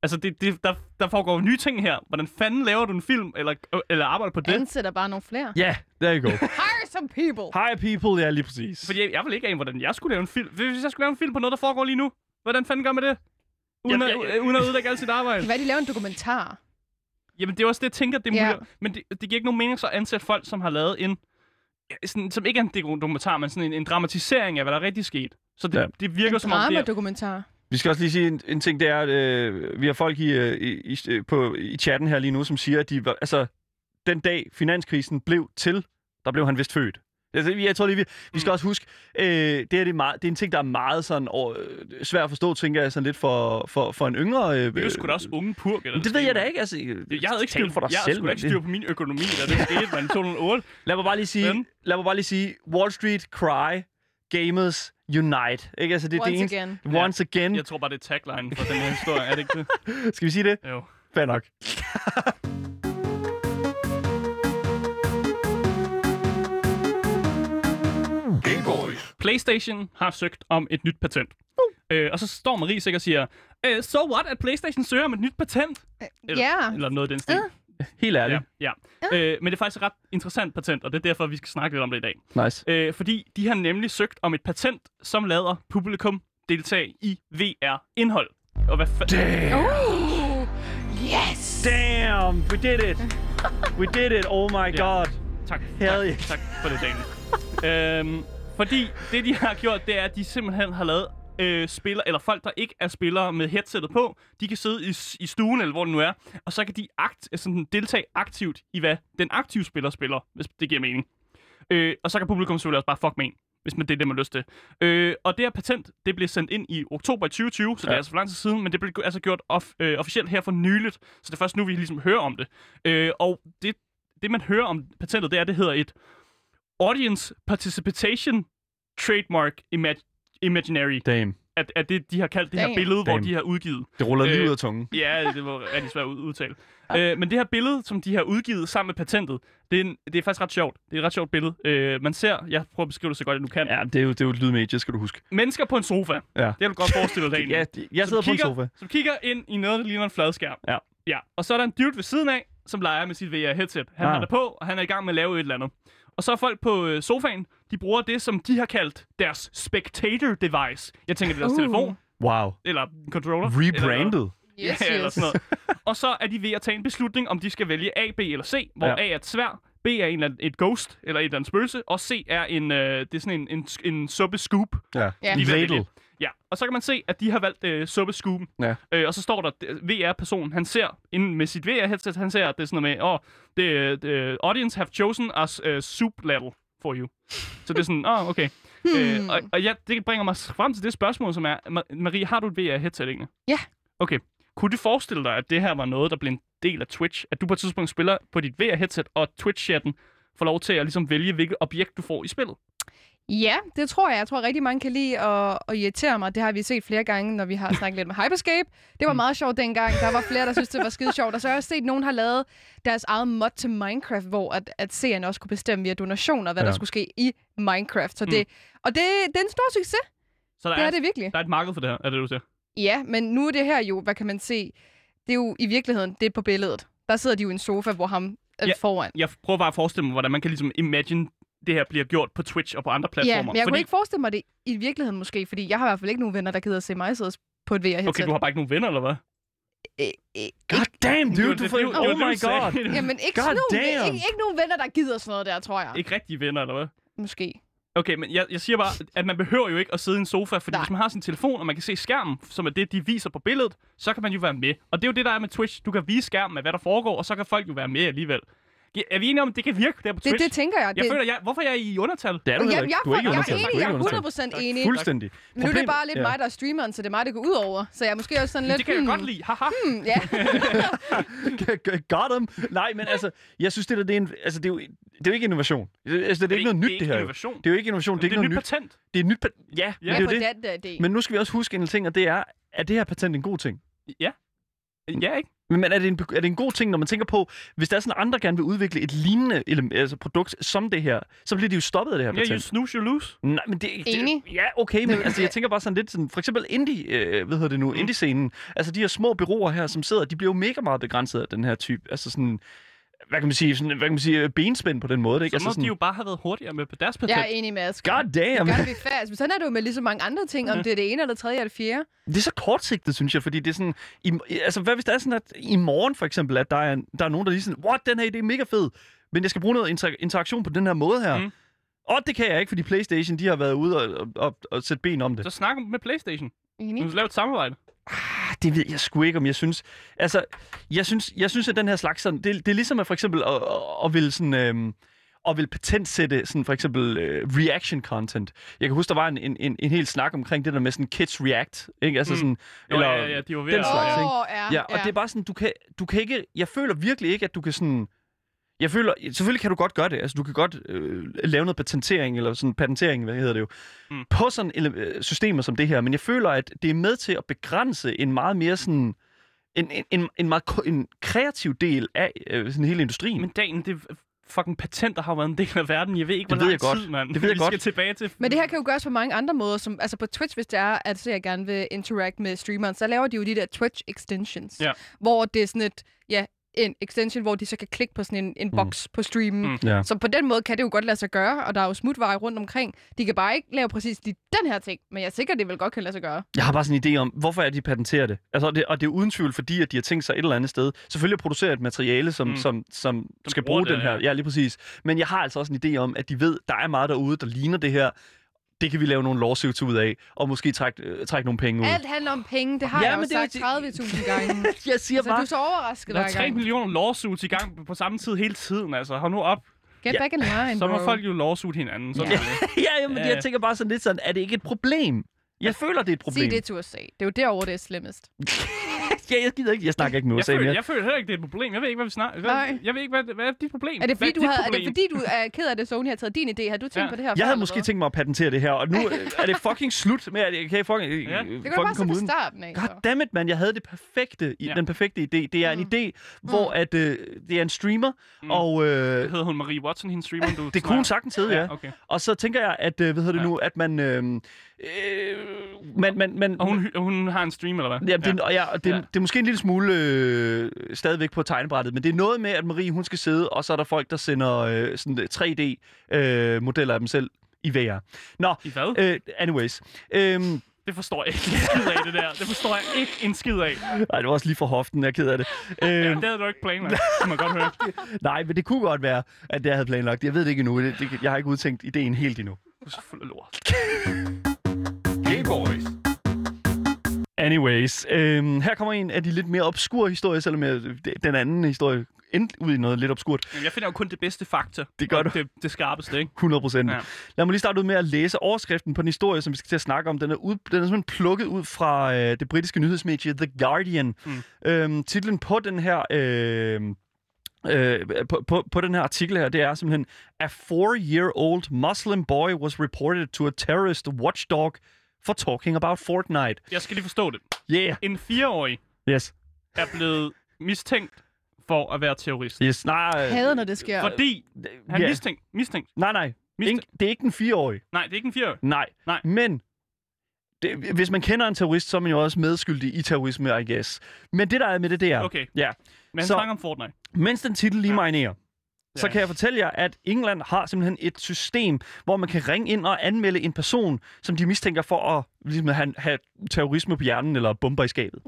Speaker 1: Altså, det, det, der, der foregår jo nye ting her. Hvordan fanden laver du en film, eller, eller arbejder på det?
Speaker 5: Ansætter bare nogle flere.
Speaker 3: Ja, there you go.
Speaker 5: Hire some people!
Speaker 3: Hi people, ja, lige præcis.
Speaker 1: Fordi jeg, jeg vil ikke af, hvordan jeg skulle lave en film. Hvis jeg skulle lave en film på noget, der foregår lige nu, hvordan fanden gør man det? Uden,
Speaker 3: Jamen, jeg-
Speaker 1: at, uden at ødelægge alt sit arbejde.
Speaker 5: Hvad de laver en dokumentar.
Speaker 1: Jamen, det er også det, jeg tænker, det er
Speaker 5: Ja.
Speaker 1: muligt. Men det, det giver ikke nogen mening så at ansætte folk, som har lavet en... ja, Sådan, som ikke er en dokumentar, men sådan en, en dramatisering af, hvad der rigtig skete. Så det,
Speaker 3: Ja.
Speaker 1: ja. det virker
Speaker 5: En
Speaker 1: som om, det er...
Speaker 5: dramadokumentar.
Speaker 3: Vi skal også lige sige en, en ting, det er, at øh, vi har folk i, øh, i, i- øh, på, i chatten her lige nu, som siger, at de var, altså, den dag finanskrisen blev til, der blev han vist født. Altså, jeg tror lige, vi, vi
Speaker 1: Mm.
Speaker 3: skal også huske, øh, det, her, det, er meget, det er en ting, der er meget sådan, over, øh, svær at forstå, tænker jeg, sådan lidt for, for, for en yngre... Øh,
Speaker 1: Det er jo sgu da også unge purker. der
Speaker 3: Men det ved jeg da ikke, altså. Jeg
Speaker 1: Jeg havde ikke styr,
Speaker 3: for dig
Speaker 1: jeg havde
Speaker 3: selv,
Speaker 1: sgu da
Speaker 3: mand.
Speaker 1: ikke styr på min økonomi, da det skete, man 2008.
Speaker 3: Lad mig bare lige sige,
Speaker 1: Men-
Speaker 3: lad mig bare lige sige Wall Street Cry, Gamers Unite. Ikke? Altså, det, er
Speaker 5: Once
Speaker 3: det eneste-
Speaker 5: again.
Speaker 3: Once again.
Speaker 1: Jeg tror bare, det er tagline for den her historie, er det ikke det?
Speaker 3: Skal vi sige det?
Speaker 1: Jo.
Speaker 3: Fair nok.
Speaker 2: Game Boys.
Speaker 1: PlayStation har søgt om et nyt patent.
Speaker 5: Uh.
Speaker 1: Øh, og så står Marie sikkert og siger, øh, so what, at PlayStation søger om et nyt patent? Eller,
Speaker 5: Ja.
Speaker 1: eller noget af den stil.
Speaker 3: Helt
Speaker 1: Ja,
Speaker 3: ærligt.
Speaker 1: ja. Øh, men det er faktisk et ret interessant patent, og det er derfor, vi skal snakke lidt om det i dag.
Speaker 3: Ja. Nice.
Speaker 1: Øh, fordi de har nemlig søgt om et patent, som lader publikum deltage i VR-indhold. Og hvad fa-
Speaker 5: Uh, yes!
Speaker 3: Damn, we did it. We did it. Oh my god.
Speaker 1: Tak.
Speaker 3: Hell
Speaker 1: tak,
Speaker 3: yeah.
Speaker 1: tak for det, Daniel. øhm, fordi det, de har gjort, det er, at de simpelthen har lavet øh, spiller, eller folk, der ikke er spillere med headsettet på, de kan sidde i, s- i stuen, eller hvor det nu er, og så kan de akt, øh, sådan, deltage aktivt i, hvad den aktive spiller spiller, hvis det giver mening. Øh, og så kan publikum selvfølgelig også bare fuck med en, hvis man det er det, man har lyst til. Øh, og det her patent, det blev sendt ind i oktober 2020, så ja. det
Speaker 3: Ja.
Speaker 1: er altså for lang tid siden, men det blev altså gjort off, øh, officielt her for nyligt, så det er først nu, vi ligesom hører om det. Øh, og det, det, man hører om patentet, det er, det hedder et Audience Participation Trademark Imag- Imaginary.
Speaker 3: Damn.
Speaker 1: At, at det, de har kaldt det
Speaker 5: Damn.
Speaker 1: her billede, hvor
Speaker 3: Damn.
Speaker 1: de har udgivet.
Speaker 3: Det ruller lige
Speaker 1: Øh,
Speaker 3: ud af tungen.
Speaker 1: Ja, det var rigtig svært at ud- udtale. Øh, men det her billede, som de har udgivet sammen med patentet, det er, en, det er faktisk ret sjovt. Det er et ret sjovt billede. Øh, man ser, jeg prøver at beskrive det så godt, jeg nu kan. Ja.
Speaker 3: Ja, det er jo, det er jo et lydmedie, skal du huske.
Speaker 1: Mennesker på en sofa. Det
Speaker 3: Ja.
Speaker 1: har du godt forestillet dig.
Speaker 3: Ja,
Speaker 1: egentlig.
Speaker 3: det- jeg sidder
Speaker 1: som
Speaker 3: på en
Speaker 1: kigger,
Speaker 3: sofa.
Speaker 1: Som kigger ind i noget, der ligner en fladskærm.
Speaker 3: Ja.
Speaker 1: ja. Og så er der en dude ved siden af, som leger med sit VR-headset.
Speaker 3: Ah.
Speaker 1: Han ah. har det på, og han er i gang med at lave et eller andet. Og så er folk på øh, sofaen, de bruger det, som de har kaldt deres spectator device. Jeg tænker, det er deres
Speaker 5: Uh.
Speaker 1: uh. telefon,
Speaker 3: Wow.
Speaker 1: eller controller. Eller,
Speaker 3: Rebranded.
Speaker 5: Yes,
Speaker 1: ja, eller
Speaker 5: yes.
Speaker 1: sådan noget. Og så er de ved at tage en beslutning, om de skal vælge A, B eller C, hvor
Speaker 3: Ja.
Speaker 1: ja. A er et svær, B er en eller anden, et ghost, eller et eller andet spøgelse, og C er en, øh, det er sådan en, en, en suppe scoop.
Speaker 3: Ja.
Speaker 5: Ja.
Speaker 1: De vil vælge.
Speaker 3: Ladle.
Speaker 1: Ja, og så kan man se, at de har valgt øh, suppe scoopen.
Speaker 3: Ja.
Speaker 1: Øh, og så står der, at VR-personen, han ser inden med sit VR-headset, han ser, at det er sådan noget med, åh, oh, the, the audience have chosen us uh, soup ladle for you. Så det er sådan, åh, oh, okay.
Speaker 5: Hmm.
Speaker 1: Øh, og og ja, det bringer mig frem til det spørgsmål, som er, Ma- Marie, har du et VR-headset egentlig?
Speaker 5: Ja.
Speaker 1: Okay. Kunne du forestille dig, at det her var noget, der blev en del af Twitch? At du på et tidspunkt spiller på dit VR-headset, og Twitch-chatten får lov til at ligesom vælge, hvilket objekt du får i spillet?
Speaker 5: Ja, det tror jeg. Jeg tror, rigtig mange kan lide at, at irritere mig. Det har vi set flere gange, når vi har snakket lidt med Hyperscape. Det
Speaker 1: Mm.
Speaker 5: var meget sjovt dengang. Der var flere, der synes det var skide sjovt. Og så har jeg også set, at nogen har lavet deres eget mod til Minecraft, hvor at, at seerne også kunne bestemme via donationer, hvad ja. der
Speaker 3: Ja.
Speaker 5: skulle ske i Minecraft. Så det, Og det, det er en stor succes.
Speaker 1: Så Mm. der,
Speaker 5: Det
Speaker 1: er,
Speaker 5: er det virkelig.
Speaker 1: der er et marked for det her, er det, du siger?
Speaker 5: Ja, men nu er det her jo, hvad kan man se? Det er jo i virkeligheden, det er på billedet. Der sidder de jo i en sofa, hvor ham er
Speaker 1: Ja.
Speaker 5: ja. foran.
Speaker 1: Jeg prøver bare at forestille mig, hvordan man kan ligesom imagine, det her bliver gjort på Twitch og på andre
Speaker 5: Ja,
Speaker 1: platformer.
Speaker 5: men jeg kunne
Speaker 1: fordi,
Speaker 5: ikke forestille mig det i virkeligheden måske, fordi jeg har i hvert fald ikke nogen venner, der gider at se mig sidde på et VR-headset.
Speaker 1: Okay, du har bare ikke nogen venner, eller hvad?
Speaker 3: God damn,
Speaker 1: Det var
Speaker 3: dude, du
Speaker 1: det-
Speaker 3: får...
Speaker 1: det var- det var
Speaker 3: Oh
Speaker 1: det,
Speaker 3: my
Speaker 1: du sagde.
Speaker 3: god.
Speaker 5: Jamen, ikke,
Speaker 3: God
Speaker 5: sådan nogle,
Speaker 3: damn.
Speaker 5: ikke, ikke nogen venner, der gider sådan noget der, tror jeg. Ikke.
Speaker 1: Ikke rigtige venner, eller hvad?
Speaker 5: Måske.
Speaker 1: Okay, men jeg, jeg siger bare, at man behøver jo ikke at sidde i en sofa, fordi Nej.
Speaker 5: Nej.
Speaker 1: hvis man har sin telefon, og man kan se skærmen, som er det, de viser på billedet, så kan man jo være med. Og det er jo det, der er med Twitch. Du kan vise skærmen af, hvad der foregår, og så kan folk jo være med alligevel. Ja, Er vi enige om, at det kan virke der på Twitch?
Speaker 5: Det, det tænker jeg.
Speaker 1: jeg
Speaker 5: det,
Speaker 1: føler, jeg, hvorfor er jeg i undertal?
Speaker 3: Det er du
Speaker 5: jeg,
Speaker 3: heller
Speaker 5: jeg,
Speaker 3: ikke.
Speaker 5: jeg,
Speaker 3: Du er ikke
Speaker 5: jeg,
Speaker 3: undertalt.
Speaker 5: er
Speaker 3: Du
Speaker 5: enig,
Speaker 3: er
Speaker 5: jeg
Speaker 3: ikke undertalt.
Speaker 5: er 100% enig.
Speaker 3: Fuldstændig.
Speaker 5: Men nu er det
Speaker 3: Problemet-
Speaker 5: bare lidt
Speaker 3: ja.
Speaker 5: mig, der er streameren, så det er mig, det går ud over. Så jeg er måske også sådan lidt...
Speaker 1: Det kan jeg
Speaker 5: hmm,
Speaker 1: godt lide. Haha.
Speaker 5: hmm, Ja,
Speaker 3: Got him. Nej, men altså, jeg synes, det der, det er, en, altså, det er, jo, det er jo ikke innovation. Altså, det er, det er ikke noget nyt, det her. jo.
Speaker 1: innovation.
Speaker 3: Det er jo ikke innovation, det er
Speaker 1: Det
Speaker 3: ikke
Speaker 1: er et
Speaker 3: noget
Speaker 1: nyt
Speaker 3: nyt.
Speaker 1: patent.
Speaker 3: Det er et nyt... pa- Ja,
Speaker 1: Ja,
Speaker 5: ja,
Speaker 3: det er
Speaker 5: på
Speaker 3: jo det.
Speaker 5: den der idé.
Speaker 3: Men nu skal vi også huske en ting, og det er, er det her patent en god ting?
Speaker 1: Ja, ikke?
Speaker 3: Men men er det, en, er det en god ting, når man tænker på, hvis der er sådan andre gerne vil udvikle et lignende ele- altså produkt som det her, så bliver de jo stoppet af det her
Speaker 1: Ja,
Speaker 3: patent.
Speaker 1: you snooze, you lose.
Speaker 3: Nej, men det,
Speaker 5: Enig.
Speaker 3: det Ja, okay, men altså, jeg tænker bare sådan lidt sådan, for eksempel indie, øh, hvad hedder det
Speaker 1: Mm.
Speaker 3: nu, indie-scenen. Altså, de her små bureauer her, som sidder, de bliver jo mega meget begrænset af den her type. Altså sådan, hvad kan man sige, sådan, hvad kan man sige, øh, benspænd på den måde, ikke?
Speaker 1: Så
Speaker 3: altså
Speaker 1: må
Speaker 3: sådan,
Speaker 1: de jo bare have været hurtigere med på deres patent.
Speaker 5: jeg er enig med Asger.
Speaker 3: God damn!
Speaker 5: Gør vi fast. Men sådan er det jo med lige så mange andre ting, om det er det ene eller det tredje eller det fjerde.
Speaker 3: Det er så kortsigtet, synes jeg, fordi det er sådan... I, altså, hvad hvis det er sådan, at i morgen for eksempel, at der er, der er nogen, der lige sådan, what, den her idé er mega fed, men jeg skal bruge noget inter- interaktion på den her måde her.
Speaker 1: Mm.
Speaker 3: Mm. Og det kan jeg ikke, fordi Playstation, de har været ude og, og, og, og sætte ben om det.
Speaker 1: Så snak med PlayStation.
Speaker 3: Mm.
Speaker 5: Enig.
Speaker 1: Du skal lave et samarbejde.
Speaker 3: Ah, det ved jeg sgu ikke, om jeg synes... Altså, jeg synes, jeg synes at den her slags sådan... Det, det er ligesom at for eksempel at, at, at ville sådan... Øhm, og vil patentsætte sådan for eksempel øh, reaction content. Jeg kan huske, der var en, en, en, en hel snak omkring det der med sådan kids react, ikke? Altså
Speaker 1: Mm.
Speaker 3: sådan,
Speaker 1: Jo, ja, ja, ja, de var ved
Speaker 3: den
Speaker 1: at-
Speaker 3: slags,
Speaker 1: ja.
Speaker 3: ikke?
Speaker 5: Åh, ja,
Speaker 3: Ja, og det er bare sådan, du kan, du kan ikke, jeg føler virkelig ikke, at du kan sådan, jeg føler, selvfølgelig kan du godt gøre det, altså du kan godt øh, lave noget patentering, eller sådan patentering, hvad hedder det jo,
Speaker 1: Mm.
Speaker 3: mm. på sådan ele- øh, systemer som det her, men jeg føler, at det er med til at begrænse en meget mere sådan, en, en, en, en meget ko- en kreativ del af øh, sådan hele industrien.
Speaker 1: Men
Speaker 3: Men
Speaker 1: dagen, det er fucking patenter har jo været en del af verden. Jeg ved ikke,
Speaker 3: Det
Speaker 1: hvor
Speaker 3: ved
Speaker 1: lang
Speaker 3: jeg godt.
Speaker 1: tid, mand.
Speaker 3: Det ved jeg
Speaker 1: Vi skal
Speaker 3: godt.
Speaker 1: tilbage til...
Speaker 5: Men det her kan jo gøres på mange andre måder. Som, altså på Twitch, hvis det er, at så jeg gerne vil interact med streameren, så laver de jo de der Twitch extensions.
Speaker 1: Ja.
Speaker 5: Hvor det er sådan et, ja, en extension, hvor de så kan klikke på sådan en, en boks på streamen.
Speaker 1: Mm.
Speaker 3: Ja.
Speaker 5: Så på den måde kan det jo godt lade sig gøre, og der er jo smutveje rundt omkring. De kan bare ikke lave præcis lige den her ting, men jeg er sikker, det vil godt kan lade sig gøre.
Speaker 3: jeg har bare sådan en idé om, hvorfor er de patenterer det? Altså, og det, og det er uden tvivl, fordi at de har tænkt sig et eller andet sted. Selvfølgelig at producere et materiale, som,
Speaker 1: Mm.
Speaker 3: mm. som, som skal
Speaker 1: bruger
Speaker 3: bruge
Speaker 1: det,
Speaker 3: den her.
Speaker 1: ja.
Speaker 3: Ja. ja, lige præcis. Men jeg har altså også en idé om, at de ved, der er meget derude, der ligner det her. Det kan vi lave nogle lawsuits ud af, og måske trække, øh, trække nogle penge ud.
Speaker 5: Alt handler om penge, det har
Speaker 3: Ja,
Speaker 5: jeg
Speaker 3: men
Speaker 5: også
Speaker 3: det er
Speaker 5: sagt
Speaker 3: jo-
Speaker 5: 30.000 gange.
Speaker 3: Jeg siger
Speaker 5: Så du er
Speaker 3: bare...
Speaker 5: så overrasket
Speaker 1: Der er
Speaker 5: hver
Speaker 1: 3
Speaker 5: gang.
Speaker 1: millioner lawsuits i gang på samme tid hele tiden, altså. Hold nu op.
Speaker 5: Get
Speaker 3: Ja.
Speaker 5: back in line,
Speaker 1: Så må
Speaker 5: bro.
Speaker 1: folk jo lawsuit hinanden. Sådan
Speaker 5: Ja.
Speaker 1: er det.
Speaker 3: ja, jamen,
Speaker 1: Ja, ja.
Speaker 3: jeg tænker bare sådan lidt sådan, er det ikke et problem? Jeg føler, det er et problem.
Speaker 5: Sig det til USA. Det er jo derovre, det er slemmest.
Speaker 3: Ja, jeg gider ikke. Jeg snakker ikke med
Speaker 1: Jeg
Speaker 3: USA
Speaker 1: føler,
Speaker 3: mere.
Speaker 1: jeg føler heller ikke, det er et problem. Jeg ved ikke, hvad vi snakker. Hvad,
Speaker 5: Nej.
Speaker 1: jeg ved ikke, hvad, hvad er dit problem?
Speaker 5: Er det, fordi,
Speaker 1: hvad
Speaker 5: du
Speaker 1: dit
Speaker 5: har, er det
Speaker 1: problem?
Speaker 5: fordi, du er ked af det, Sony har taget din idé? Har du tænkt
Speaker 1: Ja.
Speaker 5: på det her
Speaker 3: Jeg
Speaker 5: før,
Speaker 3: havde
Speaker 5: eller
Speaker 3: måske
Speaker 5: hvad?
Speaker 3: tænkt mig at patentere det her, og nu øh, er det fucking slut med, at jeg kan fucking, øh,
Speaker 1: Ja. Det
Speaker 5: Det kan du
Speaker 3: fucking
Speaker 5: bare se
Speaker 3: komme
Speaker 5: fra
Speaker 3: uden.
Speaker 5: starten af. så.
Speaker 3: Goddammit, mand. Jeg havde det perfekte, i,
Speaker 1: Ja.
Speaker 3: den perfekte idé. Det er en idé, hvor at, øh, det er en streamer,
Speaker 1: Mm.
Speaker 3: mm. og
Speaker 1: Hvad
Speaker 3: øh,
Speaker 1: hedder hun Marie Watson, hendes streamer, du
Speaker 3: det kunne hun sagtens hedde, ja.
Speaker 1: Ja, okay.
Speaker 3: Og så tænker jeg, at, øh, hvad hedder det
Speaker 1: Ja.
Speaker 3: nu, at man... Øh, øh, man, man, man
Speaker 1: Og hun, hy- hun har en stream, eller hvad?
Speaker 3: Jamen, det, er- og ja, og det,
Speaker 1: Ja.
Speaker 3: ja. det er måske en lille smule øh, stadigvæk på tegnebrættet, men det er noget med, at Marie hun skal sidde, og så er der folk, der sender øh, sådan 3D-modeller af dem selv i VR. Nå,
Speaker 1: I hvad?
Speaker 3: øh, anyways. Øhm,
Speaker 1: Det forstår jeg ikke en skid af, det der. Det forstår jeg ikke en skid af.
Speaker 3: ej, det var også lige fra hoften, jeg er ked af det.
Speaker 1: Ja,
Speaker 3: Øhm,
Speaker 1: det havde du ikke planlagt. Det kan man godt høre.
Speaker 3: Nej, men det kunne godt være, at det jeg havde planlagt. Jeg ved det ikke endnu. Det, det, jeg har ikke udtænkt ideen helt endnu.
Speaker 1: Du er så fuld af lort.
Speaker 2: Gay Boys.
Speaker 3: Anyways, øhm, her kommer en af de lidt mere obskure historier, selvom jeg, den anden historie endte ud i noget lidt obskurt.
Speaker 1: Jamen, jeg finder jo kun det bedste fakta.
Speaker 3: Det gør
Speaker 1: Og
Speaker 3: du.
Speaker 1: Det, det skarpeste, ikke?
Speaker 3: 100 procent.
Speaker 1: Ja.
Speaker 3: Ja. Lad mig lige starte ud med at læse overskriften på den historie, som vi skal til at snakke om. Den er, ud, den er simpelthen plukket ud fra øh, det britiske nyhedsmedie The Guardian.
Speaker 1: Mm.
Speaker 3: Mm. Øhm, titlen på den her øh, øh, på, på, på den her artikel her, det er simpelthen, a four-year-old Muslim boy was reported to a terrorist watchdog for talking about Fortnite.
Speaker 1: Jeg skal lige forstå det.
Speaker 3: Yeah.
Speaker 1: En fireårig
Speaker 3: Yes.
Speaker 1: er blevet mistænkt for at være terrorist.
Speaker 3: Yes. Nej, øh,
Speaker 5: Hader, når det sker.
Speaker 1: Fordi han
Speaker 3: ja.
Speaker 1: yeah. mistænkt, mistænkt.
Speaker 3: nej, nej.
Speaker 1: Mist-
Speaker 3: Ingen- det er ikke den fireårige.
Speaker 1: Nej, det er ikke en fireårig.
Speaker 3: Nej.
Speaker 1: Nej.
Speaker 3: Men det, hvis man kender en terrorist, så er man jo også medskyldig i terrorisme, I guess. Men det, der er med det, det er...
Speaker 1: Okay.
Speaker 3: Ja.
Speaker 1: Men han
Speaker 3: Så-
Speaker 1: snakker om Fortnite.
Speaker 3: Mens den titel lige
Speaker 1: Ja.
Speaker 3: marinerer, så
Speaker 1: Ja.
Speaker 3: kan jeg fortælle jer, at England har simpelthen et system, hvor man kan ringe ind og anmelde en person, som de mistænker for at ligesom, have, have terrorisme på hjernen eller bomber i skabet.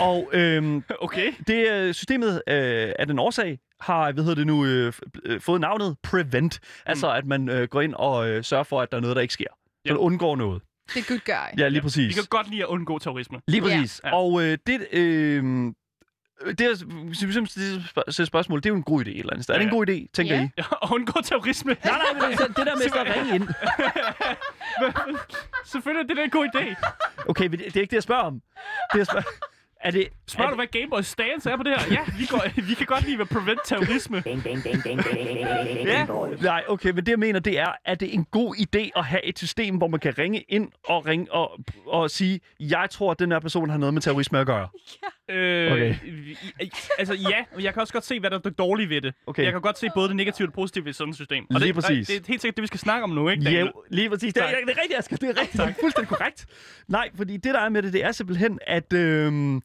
Speaker 3: og øhm,
Speaker 1: Okay.
Speaker 3: det øh, systemet øh, af den årsag har, hvad hedder det nu, øh, f- øh, fået navnet Prevent. Altså, at man øh, går ind og øh, sørger for, at der er noget, der ikke sker. Så
Speaker 1: Mm. Ja.
Speaker 3: man undgår noget.
Speaker 5: Det er good guy.
Speaker 3: Ja, lige
Speaker 1: Vi
Speaker 3: præcis.
Speaker 1: kan godt lide at undgå terrorisme.
Speaker 3: Lige
Speaker 5: Ja.
Speaker 3: præcis.
Speaker 1: Ja.
Speaker 3: Og øh, det, øh, det, er, simpelthen det spørg- spørgsmål, det er jo en god idé et eller andet sted. Er det en
Speaker 1: Ja.
Speaker 3: god idé, tænker
Speaker 5: Ja.
Speaker 3: I?
Speaker 1: Ja, og undgå terrorisme.
Speaker 4: Nej, nej, men det, så det der med så at ringe ind.
Speaker 1: Selvfølgelig er det da en god idé.
Speaker 3: Okay, men det det er ikke det, jeg spørger om. Det, jeg spørger, er det,
Speaker 1: Spørger du, hvad Gameboy stance er på det her? Ja, vi, går, vi kan godt lide at prevent terrorisme.
Speaker 3: Ja, nej, okay, men det jeg mener, det er, at det er en god idé at have et system, hvor man kan ringe ind og ringe og, og sige, jeg tror, at den her person har noget med terrorisme at gøre.
Speaker 1: Øh,
Speaker 3: Okay.
Speaker 1: i- i- Altså ja, og jeg kan også godt se, hvad der er dårligt ved det.
Speaker 3: Okay.
Speaker 1: Jeg kan godt se både det negative og det positive ved sådan et system. Og
Speaker 3: Lige
Speaker 1: det,
Speaker 3: præcis.
Speaker 1: Og det er helt sikkert det, vi skal snakke om nu, ikke
Speaker 3: Ja,
Speaker 1: Daniel?
Speaker 3: lige præcis. Det er,
Speaker 1: Tak.
Speaker 3: det er rigtigt, Asger. Det er rigtigt. Tak. Fuldstændig korrekt. Nej, fordi det, der er med det, det er simpelthen, at øhm,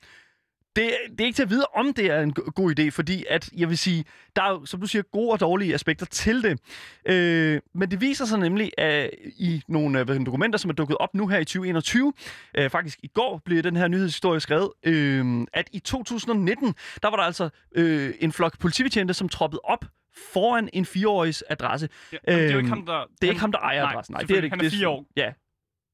Speaker 3: det, det er ikke til at vide, om det er en go- god idé, fordi at, jeg vil sige, der er jo, som du siger, gode og dårlige aspekter til det. Øh, men det viser sig nemlig at i nogle øh, hvad hedder det, dokumenter, som er dukket op nu her i 2021. Øh, faktisk i går blev den her nyhedshistorie skrevet, øh, at i 2019, der var der altså øh, en flok politibetjente, som troppede op foran en fireårigs adresse.
Speaker 1: Ja, jamen, det er jo ikke
Speaker 3: Øhm,
Speaker 1: ham, der...
Speaker 3: Det er ikke ham, der ejer
Speaker 1: nej,
Speaker 3: adressen. Nej, det er det ikke.
Speaker 1: selvfølgelig. Han er
Speaker 3: Det
Speaker 1: fire år.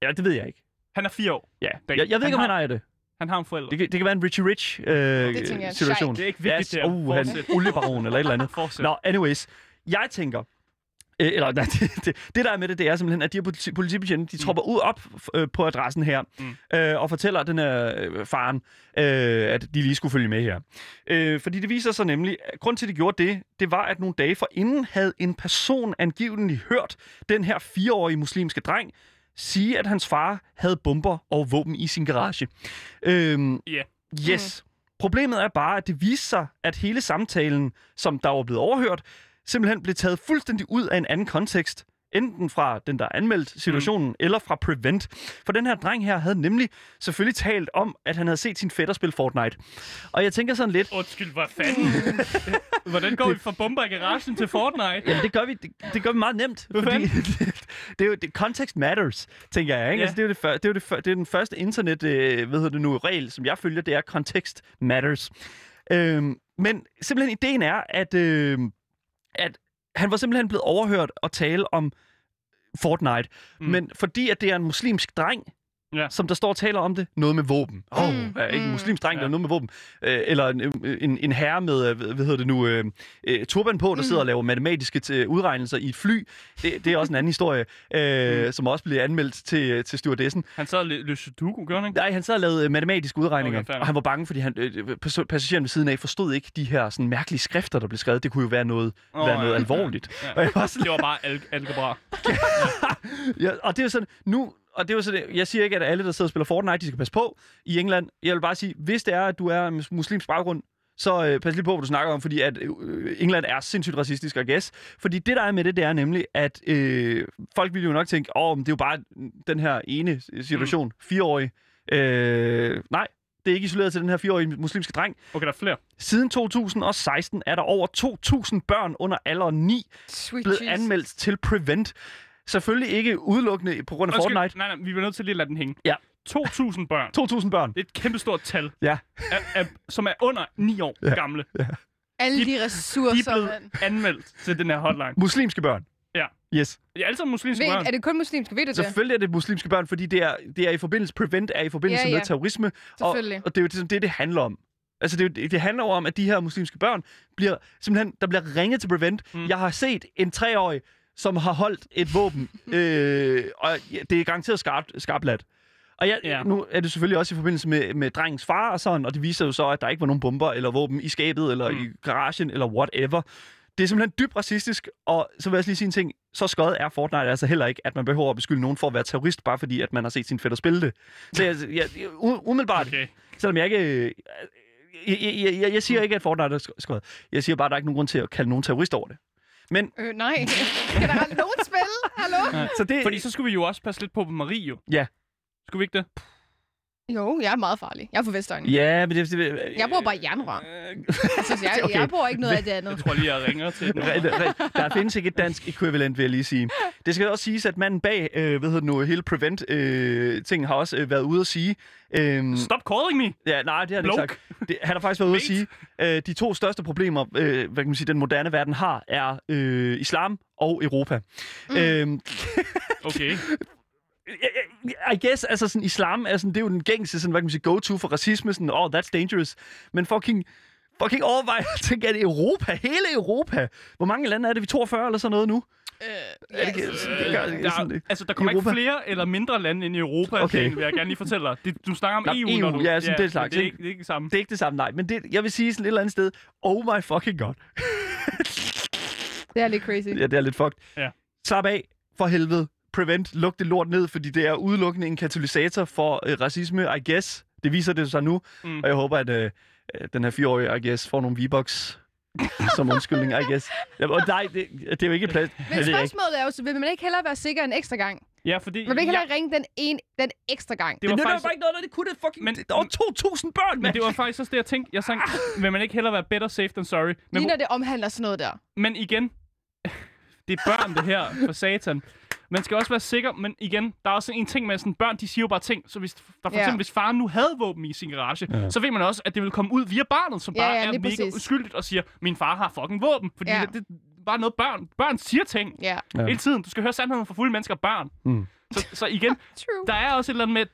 Speaker 3: Ja. ja, det ved jeg ikke.
Speaker 1: Han er fire år.
Speaker 3: Ja. Jeg,
Speaker 1: Dag.
Speaker 3: jeg ved
Speaker 1: Han
Speaker 3: ikke, om han
Speaker 1: har-
Speaker 3: ejer det.
Speaker 1: Han har en forælder.
Speaker 3: Det kan, det kan være en Richie Rich øh,
Speaker 5: tænker jeg,
Speaker 3: situation.
Speaker 1: Det er ikke
Speaker 3: yes.
Speaker 1: vigtigt, det her.
Speaker 3: uh, han
Speaker 1: Fortsæt.
Speaker 3: oliebaron eller et eller andet.
Speaker 1: Fortsæt.
Speaker 3: Nå, anyways. Jeg tænker, øh, eller nej, det, det, det der er med det, det er simpelthen, at de her politi- politibetjente, de tropper ud op øh, på adressen her, mm. øh, og fortæller den her øh, faren, øh, at de lige skulle følge med her. Øh, fordi det viser sig nemlig, at grund til, at de gjorde det, det var, at nogle dage forinden havde en person angiveligt hørt den her fireårige muslimske dreng sige, at hans far havde bomber og våben i sin garage. Øhm,
Speaker 1: Ja.
Speaker 3: Yes. Problemet er bare, at det viste sig, at hele samtalen, som der var blevet overhørt, simpelthen blev taget fuldstændig ud af en anden kontekst. Enten fra den, der er anmeldt situationen, mm. eller fra Prevent. For den her dreng her havde nemlig selvfølgelig talt om, at han havde set sin fætter spille Fortnite. Og jeg tænker sådan lidt,
Speaker 1: Undskyld, hvad fanden? Hvordan går vi fra bomber i garagen til Fortnite?
Speaker 3: Jamen, det gør vi, det, det gør vi meget nemt.
Speaker 1: Hvad
Speaker 3: Fordi, det er jo, det, context matters, tænker jeg. Ikke?
Speaker 1: Ja.
Speaker 3: Altså, det, er jo det, før, det, er jo det, før, det er den første internet, øh, hvad hedder det nu, regel, som jeg følger, det er context matters. Øhm, men simpelthen ideen er, at, øh, at han var simpelthen blevet overhørt at tale om Fortnite. Mm. Men fordi at det er en muslimsk dreng,
Speaker 1: Ja.
Speaker 3: som der står og taler om det, noget med våben. Åh, oh,
Speaker 5: Mm,
Speaker 3: mm. ikke en
Speaker 5: mm.
Speaker 3: muslimsk dreng, ja. der
Speaker 1: Ja.
Speaker 3: er noget med våben. Øh, eller en, en, en herre med, øh, hvad hvad hedder det nu, øh, øh, turban på, der mm. sidder og laver matematiske t- udregnelser i et fly. Det, det er også en anden historie, øh, mm. som også blev anmeldt til, øh, til stewardessen.
Speaker 1: Han sad og lø- løste sudoku, gjorde han ikke?
Speaker 3: Nej, han sad og lavede øh, matematiske udregninger,
Speaker 1: Okay, fair
Speaker 3: og han var bange, fordi han, øh, pas- passageren ved siden af forstod ikke de her sådan, mærkelige skrifter, der blev skrevet. Det kunne jo være noget,
Speaker 1: Åh,
Speaker 3: oh, være noget
Speaker 1: ja.
Speaker 3: alvorligt.
Speaker 1: Ja.
Speaker 3: Og, jeg var sådan,
Speaker 1: Det var bare al- algebra.
Speaker 3: ja, og det er jo sådan, nu... Og det er jo sådan, jeg siger ikke, at alle, der sidder og spiller Fortnite, de skal passe på i England. Jeg vil bare sige, hvis det er, at du er af mus- muslimsk baggrund, så øh, pas lige på, hvad du snakker om, fordi at øh, England er sindssygt racistisk, og gæs. Fordi det, der er med det, det er nemlig, at øh, folk vil jo nok tænke, åh, men det er jo bare den her ene situation, mm. fireårig. Øh, nej, det er ikke isoleret til den her fireårige muslimske dreng.
Speaker 1: Okay, der er flere.
Speaker 3: Siden 2016 er der over 2.000 børn under alderen 9
Speaker 5: Sweet
Speaker 3: blevet
Speaker 5: Jesus.
Speaker 3: anmeldt til Prevent. Selvfølgelig ikke udelukkende på grund af
Speaker 1: Undskyld,
Speaker 3: Fortnite.
Speaker 1: nej, nej, vi bliver nødt til lige at lade den hænge.
Speaker 3: Ja.
Speaker 1: 2.000 børn.
Speaker 3: 2.000 børn.
Speaker 1: Det er et kæmpestort tal,
Speaker 3: Ja.
Speaker 1: af, af, som er under 9 år ja. gamle.
Speaker 5: Alle de
Speaker 1: De er
Speaker 5: ressourcer,
Speaker 1: blevet
Speaker 5: mand.
Speaker 1: anmeldt til den her hotline.
Speaker 3: Muslimske børn.
Speaker 1: Ja.
Speaker 3: Yes.
Speaker 1: Det er alle sammen muslimske
Speaker 5: Ved,
Speaker 1: børn.
Speaker 5: er det kun muslimske? Ved du det?
Speaker 3: Selvfølgelig er det muslimske børn, fordi det er, det er i forbindelse, Prevent er i forbindelse
Speaker 5: Ja,
Speaker 3: med
Speaker 5: ja.
Speaker 3: terrorisme. Og,
Speaker 5: Selvfølgelig.
Speaker 3: og det er jo ligesom det, det, det handler om. Altså, det, er jo det, det handler jo om, at de her muslimske børn bliver simpelthen, der bliver ringet til Prevent. Mm. Jeg har set en treårig, som har holdt et våben, øh, og ja, det er garanteret skarpt, skarplat. Og jeg,
Speaker 1: Ja.
Speaker 3: ja. nu er det selvfølgelig også i forbindelse med, med drengens far og sådan, og det viser jo så, at der ikke var nogen bomber eller våben i skabet eller mm. i garagen eller whatever. Det er simpelthen dybt racistisk, og så vil jeg også lige sige en ting. Så skød er Fortnite altså heller ikke, at man behøver at beskylde nogen for at være terrorist, bare fordi at man har set sin fætter spille det. Så jeg, jeg, jeg, u- umiddelbart,
Speaker 1: Okay.
Speaker 3: selvom jeg ikke... øh, Jeg, jeg, jeg, jeg siger ikke, at Fortnite er sk- skød. Jeg siger bare, at der er ikke nogen grund til at kalde nogen terrorist over det. Men
Speaker 5: Øh, nej. Kan der aldrig nogen spil? Hallo?
Speaker 3: så det...
Speaker 1: Fordi så skulle vi jo også passe lidt på Marie, jo.
Speaker 3: Ja.
Speaker 1: Skulle vi ikke det? Øh,
Speaker 5: Jo, jeg er meget farlig. Jeg er fra Vestøjen.
Speaker 3: Ja, men det... det
Speaker 5: Jeg bruger bare jernrør. Jeg, synes, jeg,
Speaker 3: Okay.
Speaker 5: jeg bruger ikke noget af det andet.
Speaker 1: Jeg tror lige, jeg ringer til et nummer.
Speaker 3: Re- re- Der findes ikke et dansk ekvivalent, vil jeg lige sige. Det skal også siges, at manden bag øh, hvad hedder det nu, hele Prevent-ting har også øh, været ude at sige... Øh,
Speaker 1: Stop calling me!
Speaker 3: ja, nej, det har han ikke
Speaker 1: Bloke.
Speaker 3: sagt. Det, han har faktisk været ude at
Speaker 1: Mate.
Speaker 3: sige, øh, de to største problemer, øh, hvad kan man sige, den moderne verden har, er øh, islam og Europa. Mm. Øh,
Speaker 1: Okay.
Speaker 3: I guess, altså sådan, islam er sådan, det er jo den gængse, sådan, hvad kan man sige, go-to for racisme, sådan, oh, that's dangerous. Men fucking, fucking overvej at tænke, at Europa, hele Europa, hvor mange lande er det, vi 42 eller sådan noget nu?
Speaker 5: Øh,
Speaker 3: Er det ikke-
Speaker 5: yes.
Speaker 3: sådan, det gør-
Speaker 1: Øh,
Speaker 3: sådan,
Speaker 1: der,
Speaker 3: det-
Speaker 1: altså, der kommer
Speaker 3: Europa.
Speaker 1: ikke flere eller mindre lande ind i Europa,
Speaker 3: Okay.
Speaker 1: okay. vil jeg gerne lige fortælle dig. Det, du snakker om
Speaker 3: Nå,
Speaker 1: EU,
Speaker 3: EU,
Speaker 1: når du...
Speaker 3: ja, sådan den slags,
Speaker 1: men det, er
Speaker 3: ikke?
Speaker 1: ikke, det er ikke det samme.
Speaker 3: Det er ikke det samme, nej. Men det, jeg vil sige sådan et eller andet sted, oh my fucking god.
Speaker 5: Det er lidt crazy.
Speaker 3: Ja, det er lidt fucked.
Speaker 1: Ja.
Speaker 3: Slap af, for helvede. Prevent, luk det lort ned, fordi det er udelukkende en katalysator for øh, racisme, I guess. Det viser det sig nu,
Speaker 1: Mm.
Speaker 3: mm. og jeg håber, at øh, øh, den her fireårige, I guess, får nogle V-Bucks som undskyldning, I guess. Ja, og nej, det, det er jo ikke et plads.
Speaker 5: Men spørgsmålet er jo, så vil man ikke hellere være sikker en ekstra gang?
Speaker 1: Ja, fordi...
Speaker 5: Man vil ikke
Speaker 1: ja,
Speaker 5: hellere ringe den en den ekstra gang?
Speaker 1: det var faktisk...
Speaker 3: ikke noget, når det kunne det fucking...
Speaker 1: Men-
Speaker 3: Men, der var 2.000 børn,
Speaker 1: Men
Speaker 3: mand!
Speaker 1: det var faktisk også det, jeg tænkte. Jeg sang, vil man ikke hellere være better safe than sorry? Men,
Speaker 5: Lige når det omhandler sådan noget der.
Speaker 1: men igen, det er børn det her, for satan. Man skal også være sikker, men igen, der er også en ting med sådan, børn de siger jo bare ting, så hvis, der for
Speaker 5: Ja.
Speaker 1: eksempel, hvis faren nu havde våben i sin garage, ja. så ved man også, at det vil komme ud via barnet, som
Speaker 5: Ja,
Speaker 1: bare
Speaker 5: ja,
Speaker 1: er
Speaker 5: lige
Speaker 1: mega
Speaker 5: præcis.
Speaker 1: uskyldigt og siger, min far har fucking våben, fordi
Speaker 5: Ja.
Speaker 1: det, det er bare noget børn. Børn siger ting
Speaker 5: Ja,
Speaker 1: ja. hele tiden. Du skal høre sandheden fra fulde mennesker og børn.
Speaker 3: Mm.
Speaker 1: Så, så igen,
Speaker 5: true.
Speaker 1: der er også et eller andet med, at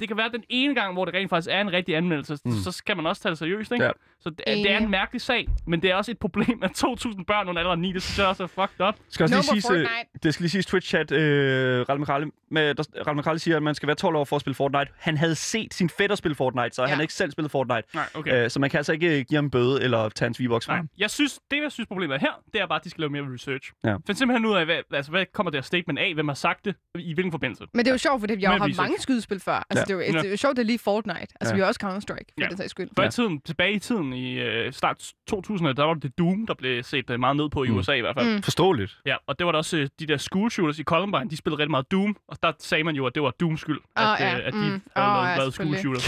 Speaker 1: det kan være den ene gang, hvor det rent faktisk er en rigtig anmeldelse, mm. så skal man også tage det seriøst, ikke?
Speaker 3: Ja.
Speaker 1: Så det, er- det er en mærkelig sag, men det er også et problem, at 2.000 børn under alderen 9, det synes jeg også er fucked up.
Speaker 3: skal også lige
Speaker 5: Number
Speaker 3: siges, øh,
Speaker 5: Fortnite.
Speaker 3: det skal lige siges Twitch-chat, øh, Ralf Makralli- med- der- Ralf Makralli siger, at man skal være 12 år for at spille Fortnite. Han havde set sin fætter spille Fortnite, så ja. han har ikke selv spillet Fortnite.
Speaker 1: Nej, okay.
Speaker 3: Okay. Øh, så man kan altså ikke give ham bøde eller tage hans V-Box fra
Speaker 1: Nej,
Speaker 3: ham.
Speaker 1: jeg synes, det jeg synes problemet er her, det er bare, at de skal lave mere research.
Speaker 3: Ja.
Speaker 1: Find simpelthen ud af, hvad, altså, hvad kommer der statement af, hvem har sagt det, i hvilken forbindelse.
Speaker 5: Men det er jo sjovt, fordi vi har
Speaker 1: Men
Speaker 5: jo haft
Speaker 1: research.
Speaker 5: mange skydespil før.
Speaker 3: Ja.
Speaker 5: Altså, det, er jo, det er jo sjovt, det er lige Fortnite. Altså,
Speaker 3: Ja.
Speaker 5: vi har også Counter-Strike, for
Speaker 1: Ja.
Speaker 5: ja. det sags skyld.
Speaker 1: Før i tiden, tilbage i tiden, i øh, start 2000'erne, der var det Doom, der blev set øh, meget ned på i
Speaker 3: Mm.
Speaker 1: USA i hvert fald.
Speaker 5: Mm.
Speaker 3: Forståeligt.
Speaker 1: Ja, og det var der også øh, de der school shooters i Columbine, de spillede rigtig meget Doom, og der sagde man jo, at det var Dooms skyld, at,
Speaker 5: Åh, ja,
Speaker 1: øh, at de
Speaker 5: mm.
Speaker 1: havde
Speaker 5: Åh,
Speaker 1: lavet,
Speaker 5: ja,
Speaker 1: lavet school
Speaker 5: selvfølgelig.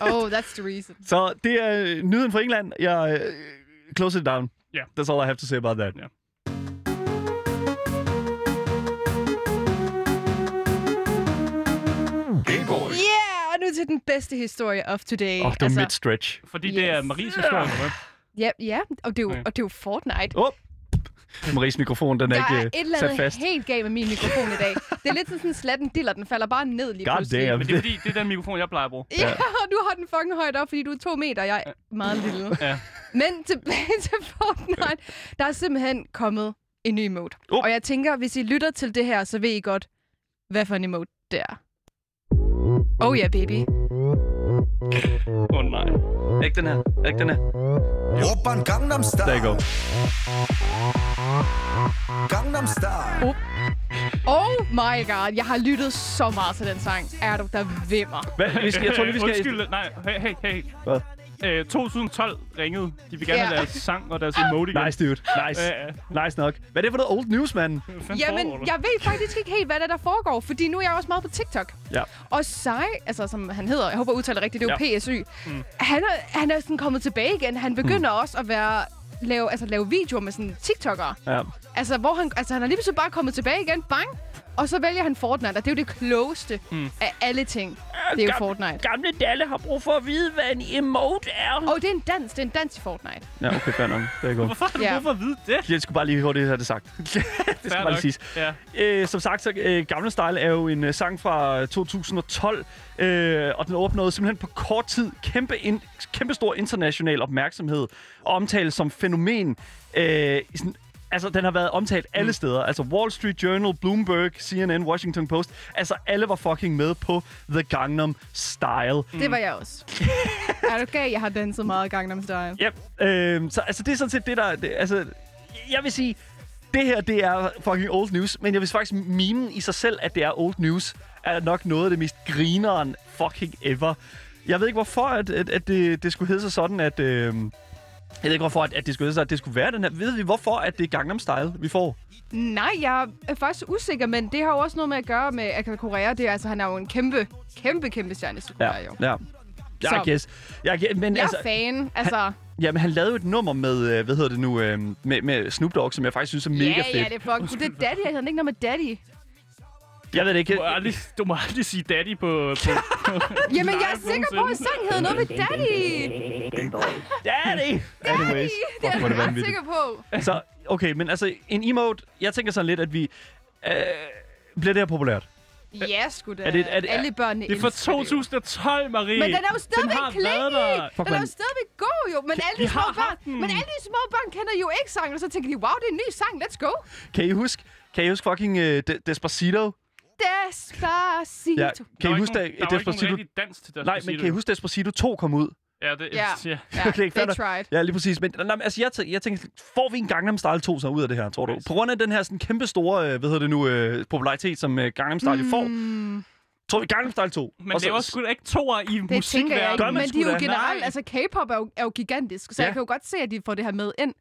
Speaker 1: shooters.
Speaker 5: Oh, that's the reason.
Speaker 3: Så det er øh, nyheden fra England. Jeg øh, close it down.
Speaker 1: Ja.
Speaker 3: That's all I have to say about that.
Speaker 1: Ja.
Speaker 2: Game Boys.
Speaker 5: Yeah, og nu til den bedste historie of today.
Speaker 3: Åh, oh, det var altså, mit stretch.
Speaker 1: Fordi yes. det er
Speaker 5: Yes.
Speaker 1: Maries historie, eller hvad?
Speaker 5: Ja, ja og, det er jo,
Speaker 1: Okay.
Speaker 5: og det er jo Fortnite.
Speaker 3: Åh! Oh. Maries mikrofon, den er
Speaker 5: Der
Speaker 3: ikke
Speaker 5: er
Speaker 3: øh,
Speaker 5: et eller
Speaker 3: sat
Speaker 5: andet
Speaker 3: fast.
Speaker 5: helt galt med min mikrofon i dag. Det er lidt sådan en slatten diller, den falder bare ned lige
Speaker 3: God
Speaker 5: pludselig.
Speaker 3: damn.
Speaker 1: Men det er fordi, det er den mikrofon, jeg plejer at bruge.
Speaker 5: Ja, og du har den fucking højt op, fordi du er to meter, og jeg er meget lille.
Speaker 1: Ja.
Speaker 5: Men tilbage til Fortnite, der er simpelthen kommet en ny emote.
Speaker 3: Oh.
Speaker 5: Og jeg tænker, hvis I lytter til det her, så ved I godt, hvad for en emote det er. Oh yeah, baby.
Speaker 1: Åh oh, nej.
Speaker 3: Er Ikke den her. Er Ikke den her.
Speaker 6: 오빤
Speaker 3: There you
Speaker 6: 강남 스타일
Speaker 3: go.
Speaker 6: 강남 스타일
Speaker 5: Oh my god, jeg har lyttet så meget til den sang. Er du der vimmer?
Speaker 3: Hvad? Vi skal, jeg tror, lige, vi skal...
Speaker 1: Øh, Undskyld, nej. Hey, hey, hey.
Speaker 3: Hvad?
Speaker 1: Øh, 2012 ringede. De vil gerne have
Speaker 5: Ja.
Speaker 1: deres sang og deres emote igen.
Speaker 3: Nice, dude. Nice.
Speaker 1: Ja, ja.
Speaker 3: Nice nok. Hvad er det for noget old news, mand?
Speaker 1: Fanden foregår
Speaker 5: Jamen,
Speaker 1: der?
Speaker 5: jeg ved faktisk ikke helt, hvad der, der foregår, fordi nu er jeg også meget på TikTok.
Speaker 3: Ja.
Speaker 5: Og Sai, altså som han hedder, jeg håber, jeg udtaler rigtigt, det er jo ja. PSY. Mm. Han, er, han er sådan kommet tilbage igen. Han begynder mm. også at være lave, altså, lave videoer med sådan TikTok'ere.
Speaker 3: Ja.
Speaker 5: Altså, hvor han, altså, han er lige pludselig bare kommet tilbage igen. Bang! Og så vælger han Fortnite, og det er jo det klogeste mm. af alle ting. Det er jo Fortnite.
Speaker 4: Gamle Dalle har brug for at vide, hvad en emote er.
Speaker 5: Og oh, det er en dans. Det er en dans i Fortnite.
Speaker 3: Ja, okay, fair nok. There you go.
Speaker 1: Hvorfor har du
Speaker 5: Ja.
Speaker 1: brug for at vide det?
Speaker 3: Jeg skulle bare lige høre det her, det sagt. det skal
Speaker 1: Fair
Speaker 3: bare lige
Speaker 1: nok.
Speaker 3: siges.
Speaker 1: Ja.
Speaker 3: Øh, som sagt, så øh, Gamle Style er jo en øh, sang fra 2012, øh, og den opnåede simpelthen på kort tid kæmpe, in, kæmpe stor international opmærksomhed og omtales som fænomen øh, i sådan Altså, den har været omtalt alle steder. Altså, Wall Street Journal, Bloomberg, CNN, Washington Post. Altså, alle var fucking med på The Gangnam Style.
Speaker 5: Det var jeg også. er du gal? Jeg har danset meget Gangnam Style.
Speaker 3: Ja, øh, så altså, det er sådan set det, der... Det, altså, jeg vil sige, det her, det er fucking old news, men jeg vil faktisk meme i sig selv, at det er old news, er nok noget af det mest grineren fucking ever. Jeg ved ikke, hvorfor at, at, at det, det skulle hedde sig sådan, at... Øh, jeg ved ikke, hvorfor at, at det skulle hedde sig, at det skulle være den her. Ved vi, hvorfor at det er Gangnam Style, vi får?
Speaker 5: Nej, jeg er faktisk usikker, men det har jo også noget med at gøre med Akal Korea. Det er, altså, han er jo en kæmpe, kæmpe, kæmpe stjerne i Sydkorea, jo.
Speaker 3: ja. Jeg
Speaker 5: Så-
Speaker 3: guess. Jeg, gue- men
Speaker 5: Jeg
Speaker 3: altså,
Speaker 5: er fan. Altså,
Speaker 3: jamen, han lavede jo et nummer med, øh, hvad hedder det nu, øh, med, med Snoop Dogg, som jeg faktisk synes er mega
Speaker 5: ja,
Speaker 3: fedt.
Speaker 5: ja, det er fucking... Det er daddy, han ikke noget med daddy.
Speaker 3: Jeg ved det ikke.
Speaker 1: Du må aldrig, du må aldrig sige daddy på... på, på
Speaker 5: Jamen, jeg er
Speaker 1: live
Speaker 5: sikker på, at
Speaker 1: nogensinde.
Speaker 5: sangen hedder noget med daddy.
Speaker 3: Daddy! Anyways.
Speaker 5: Det
Speaker 3: Fuck,
Speaker 5: er
Speaker 3: hvor
Speaker 5: jeg ret
Speaker 3: vanvittigt.
Speaker 5: sikker på.
Speaker 3: Så, okay, men altså, en emote, jeg tænker sådan lidt, at vi... Øh, bliver det her populært?
Speaker 5: Ja, sgu da.
Speaker 3: Er det- er det-
Speaker 5: Alle børnene
Speaker 1: Det er fra
Speaker 5: elsker jo.
Speaker 1: 2012, Marie.
Speaker 5: Men den er jo stadigvæk
Speaker 1: Den har været
Speaker 5: klingig.
Speaker 1: der.
Speaker 3: Fuck,
Speaker 5: Den er jo
Speaker 3: mand.
Speaker 5: stadigvæk god, jo. Men alle, de
Speaker 1: de
Speaker 5: små
Speaker 1: har
Speaker 5: børn,
Speaker 1: haft den.
Speaker 5: men alle de små børn kender jo ikke sangen, og så tænker de, wow, det er en ny sang, let's go.
Speaker 3: Kan I huske, kan I huske fucking øh, De- Despacito?
Speaker 5: Despacito.
Speaker 3: Ja,
Speaker 1: Der
Speaker 3: kan I
Speaker 1: var
Speaker 3: huske,
Speaker 1: ikke
Speaker 3: da
Speaker 1: nogen- der var ikke nogen
Speaker 3: Despacito...
Speaker 1: rigtig dans til
Speaker 3: Nej, men kan I huske Despacito 2 kom ud?
Speaker 1: Ja, det
Speaker 5: Ja.
Speaker 1: ja.
Speaker 5: Ja,
Speaker 3: Okay, fair
Speaker 5: they
Speaker 3: nok.
Speaker 5: tried.
Speaker 3: Ja, lige præcis. Men nej, men altså, jeg, tæ- jeg tænkte, får vi en Gangnam Style 2 så ud af det her, tror du? På grund af den her sådan, kæmpe store, øh, hvad hedder det nu, øh, popularitet, som øh, Gangnam Style mm. får. Tror vi Gangnam Style 2?
Speaker 1: Men det er også sgu da ikke toer i
Speaker 5: Det tænker jeg ikke,
Speaker 1: musikverdenen.
Speaker 5: men de er jo
Speaker 1: Nej.
Speaker 5: generelt, altså K-pop er jo, er jo gigantisk, så
Speaker 3: Ja.
Speaker 5: jeg kan jo godt se, at de får det her med ind.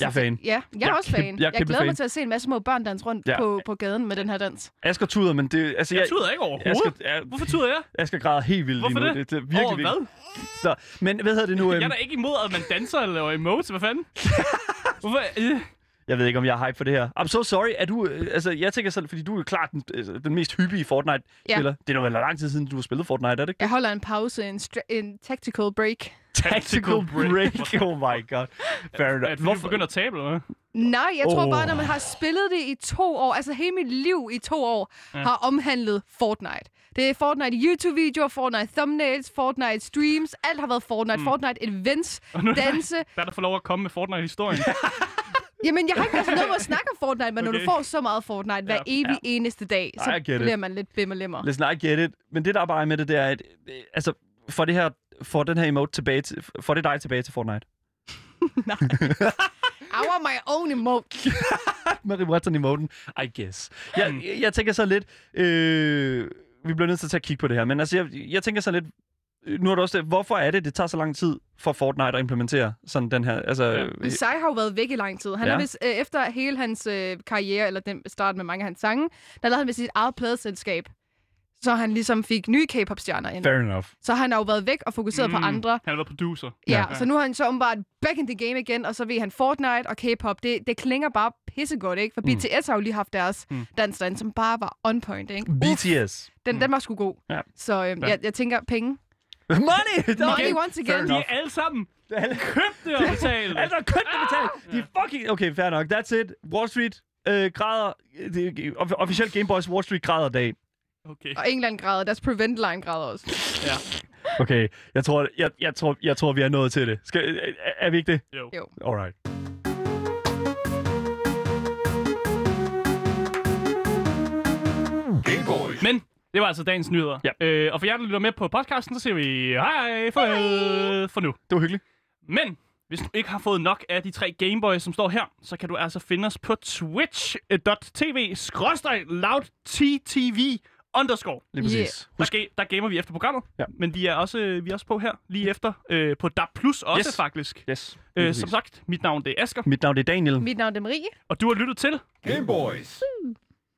Speaker 3: Jeg er fan.
Speaker 5: Ja, jeg er,
Speaker 3: Jeg er
Speaker 5: også
Speaker 3: kæmpe-
Speaker 5: fan.
Speaker 3: jeg er
Speaker 5: Jeg,
Speaker 3: kæmpe
Speaker 5: glæder mig
Speaker 3: fan.
Speaker 5: til at se en masse små børn danse rundt
Speaker 3: Ja.
Speaker 5: på, på gaden med den her dans.
Speaker 3: Asger tuder, men det... Altså,
Speaker 1: Jeg tuder ikke
Speaker 3: jeg
Speaker 1: overhovedet.
Speaker 3: skal, jeg,
Speaker 1: Hvorfor tuder jeg?
Speaker 3: Asger græder helt vildt
Speaker 1: Hvorfor
Speaker 3: lige nu.
Speaker 1: det?
Speaker 3: det er virkelig
Speaker 1: Over hvad?
Speaker 3: vildt. Så, men hvad hedder det nu? øhm,
Speaker 1: Jeg er da ikke imod, at man danser eller laver emotes. Hvad fanden? Hvorfor? Øh,
Speaker 3: Jeg ved ikke, om jeg er hype for det her. I'm so sorry. Er du, øh, altså, jeg tænker selv, fordi du er jo klart den, altså, den mest hyppige Fortnite-spiller. Ja. Det er nok lang tid siden, du har spillet Fortnite, er det ikke?
Speaker 5: Jeg holder en pause, en, stra- en tactical break.
Speaker 3: Tactical break. Oh my god. Fair
Speaker 1: Er
Speaker 3: enough.
Speaker 1: det, fordi du begynder at tabe, eller hvad?
Speaker 5: Nej, jeg tror
Speaker 3: Åh.
Speaker 5: bare, når man har spillet det i to år, altså hele mit liv i to år, ja. har omhandlet Fortnite. Det er Fortnite YouTube-videoer, Fortnite thumbnails, Fortnite streams, alt har været Fortnite. Mm. Fortnite events, danse.
Speaker 1: Der er der for lov at komme med Fortnite-historien.
Speaker 5: Jamen, jeg har ikke altså noget med at snakke om Fortnite, men okay. når du
Speaker 1: Okay.
Speaker 5: får så meget Fortnite hver
Speaker 1: Ja.
Speaker 5: evig ja. eneste dag,
Speaker 3: I
Speaker 5: så
Speaker 3: get it.
Speaker 5: bliver man lidt bim og limmer.
Speaker 3: Listen, I get it. Men det, der er bare med det, det er, at øh, altså, for det her får den her emote tilbage til, får det dig tilbage til Fortnite.
Speaker 5: I want my own emote.
Speaker 3: Marie Watson emoten, I guess.
Speaker 1: Hmm.
Speaker 3: Jeg, jeg, jeg tænker så lidt, øh, vi bliver nødt til at tage kigge på det her, men altså, jeg, jeg tænker så lidt, øh, nu er det også det, hvorfor er det, det tager så lang tid for Fortnite at implementere sådan den her, altså,
Speaker 1: Ja.
Speaker 3: øh,
Speaker 5: Psy har jo været væk i lang tid. Han
Speaker 3: Ja.
Speaker 5: ja. er vist, øh, efter hele hans øh, karriere, eller den start med mange af hans sange, der lavede han med sit eget pladeselskab. Så han ligesom fik nye K-pop-stjerner ind.
Speaker 3: fair enough.
Speaker 5: Så han har jo været væk og fokuseret
Speaker 3: Hmm.
Speaker 5: mm. på andre.
Speaker 1: Han har været producer.
Speaker 5: Ja, ja, så nu er han så åbenbart back in the game igen, og så ved han Fortnite og K-pop. Det, det klinger bare pissegodt, ikke? For mm. BTS har jo lige haft deres mm. dans derinde, som bare var on point, ikke?
Speaker 3: BTS.
Speaker 5: Den, den var sgu god.
Speaker 3: Ja.
Speaker 5: Så øhm,
Speaker 1: Ja.
Speaker 5: jeg, jeg tænker, penge.
Speaker 3: Money! Der
Speaker 5: Money once again.
Speaker 1: De er alle sammen
Speaker 3: Alle,
Speaker 1: købte og betalte.
Speaker 3: alle der er kønt at betale. De er fucking... Okay, fair nok. That's it. Wall Street øh, græder... øh, Det, er off- officielt Game Boys Wall Street græder i dag.
Speaker 1: Okay.
Speaker 5: Og England græder. Deres prevent line græder også.
Speaker 1: Ja.
Speaker 3: Okay, jeg tror, jeg, jeg, tror, jeg tror, vi er nået til det. Skal, er, er vi ikke det?
Speaker 1: Jo.
Speaker 5: Jo.
Speaker 3: Alright.
Speaker 2: Game Boys.
Speaker 1: Men det var altså dagens nyheder.
Speaker 3: Ja.
Speaker 1: Øh, og for jer, der lytter med på podcasten, så siger vi hej for, for nu.
Speaker 3: Det var hyggeligt.
Speaker 1: Men hvis du ikke har fået nok af de tre Gameboys, som står her, så kan du altså finde os på twitch.tv loudttv underscore.
Speaker 3: Lige præcis.
Speaker 1: Der, ga- der gamer vi efter programmet,
Speaker 3: Ja.
Speaker 1: men vi er også øh, vi er også på her lige efter øh, på DAB Plus også
Speaker 3: Yes.
Speaker 1: faktisk.
Speaker 3: Yes.
Speaker 1: Øh, som sagt, mit navn det er Asker,
Speaker 3: Mm. Mit navn det er Daniel.
Speaker 5: Mit navn er Marie.
Speaker 1: og du har lyttet til
Speaker 2: Game Boys.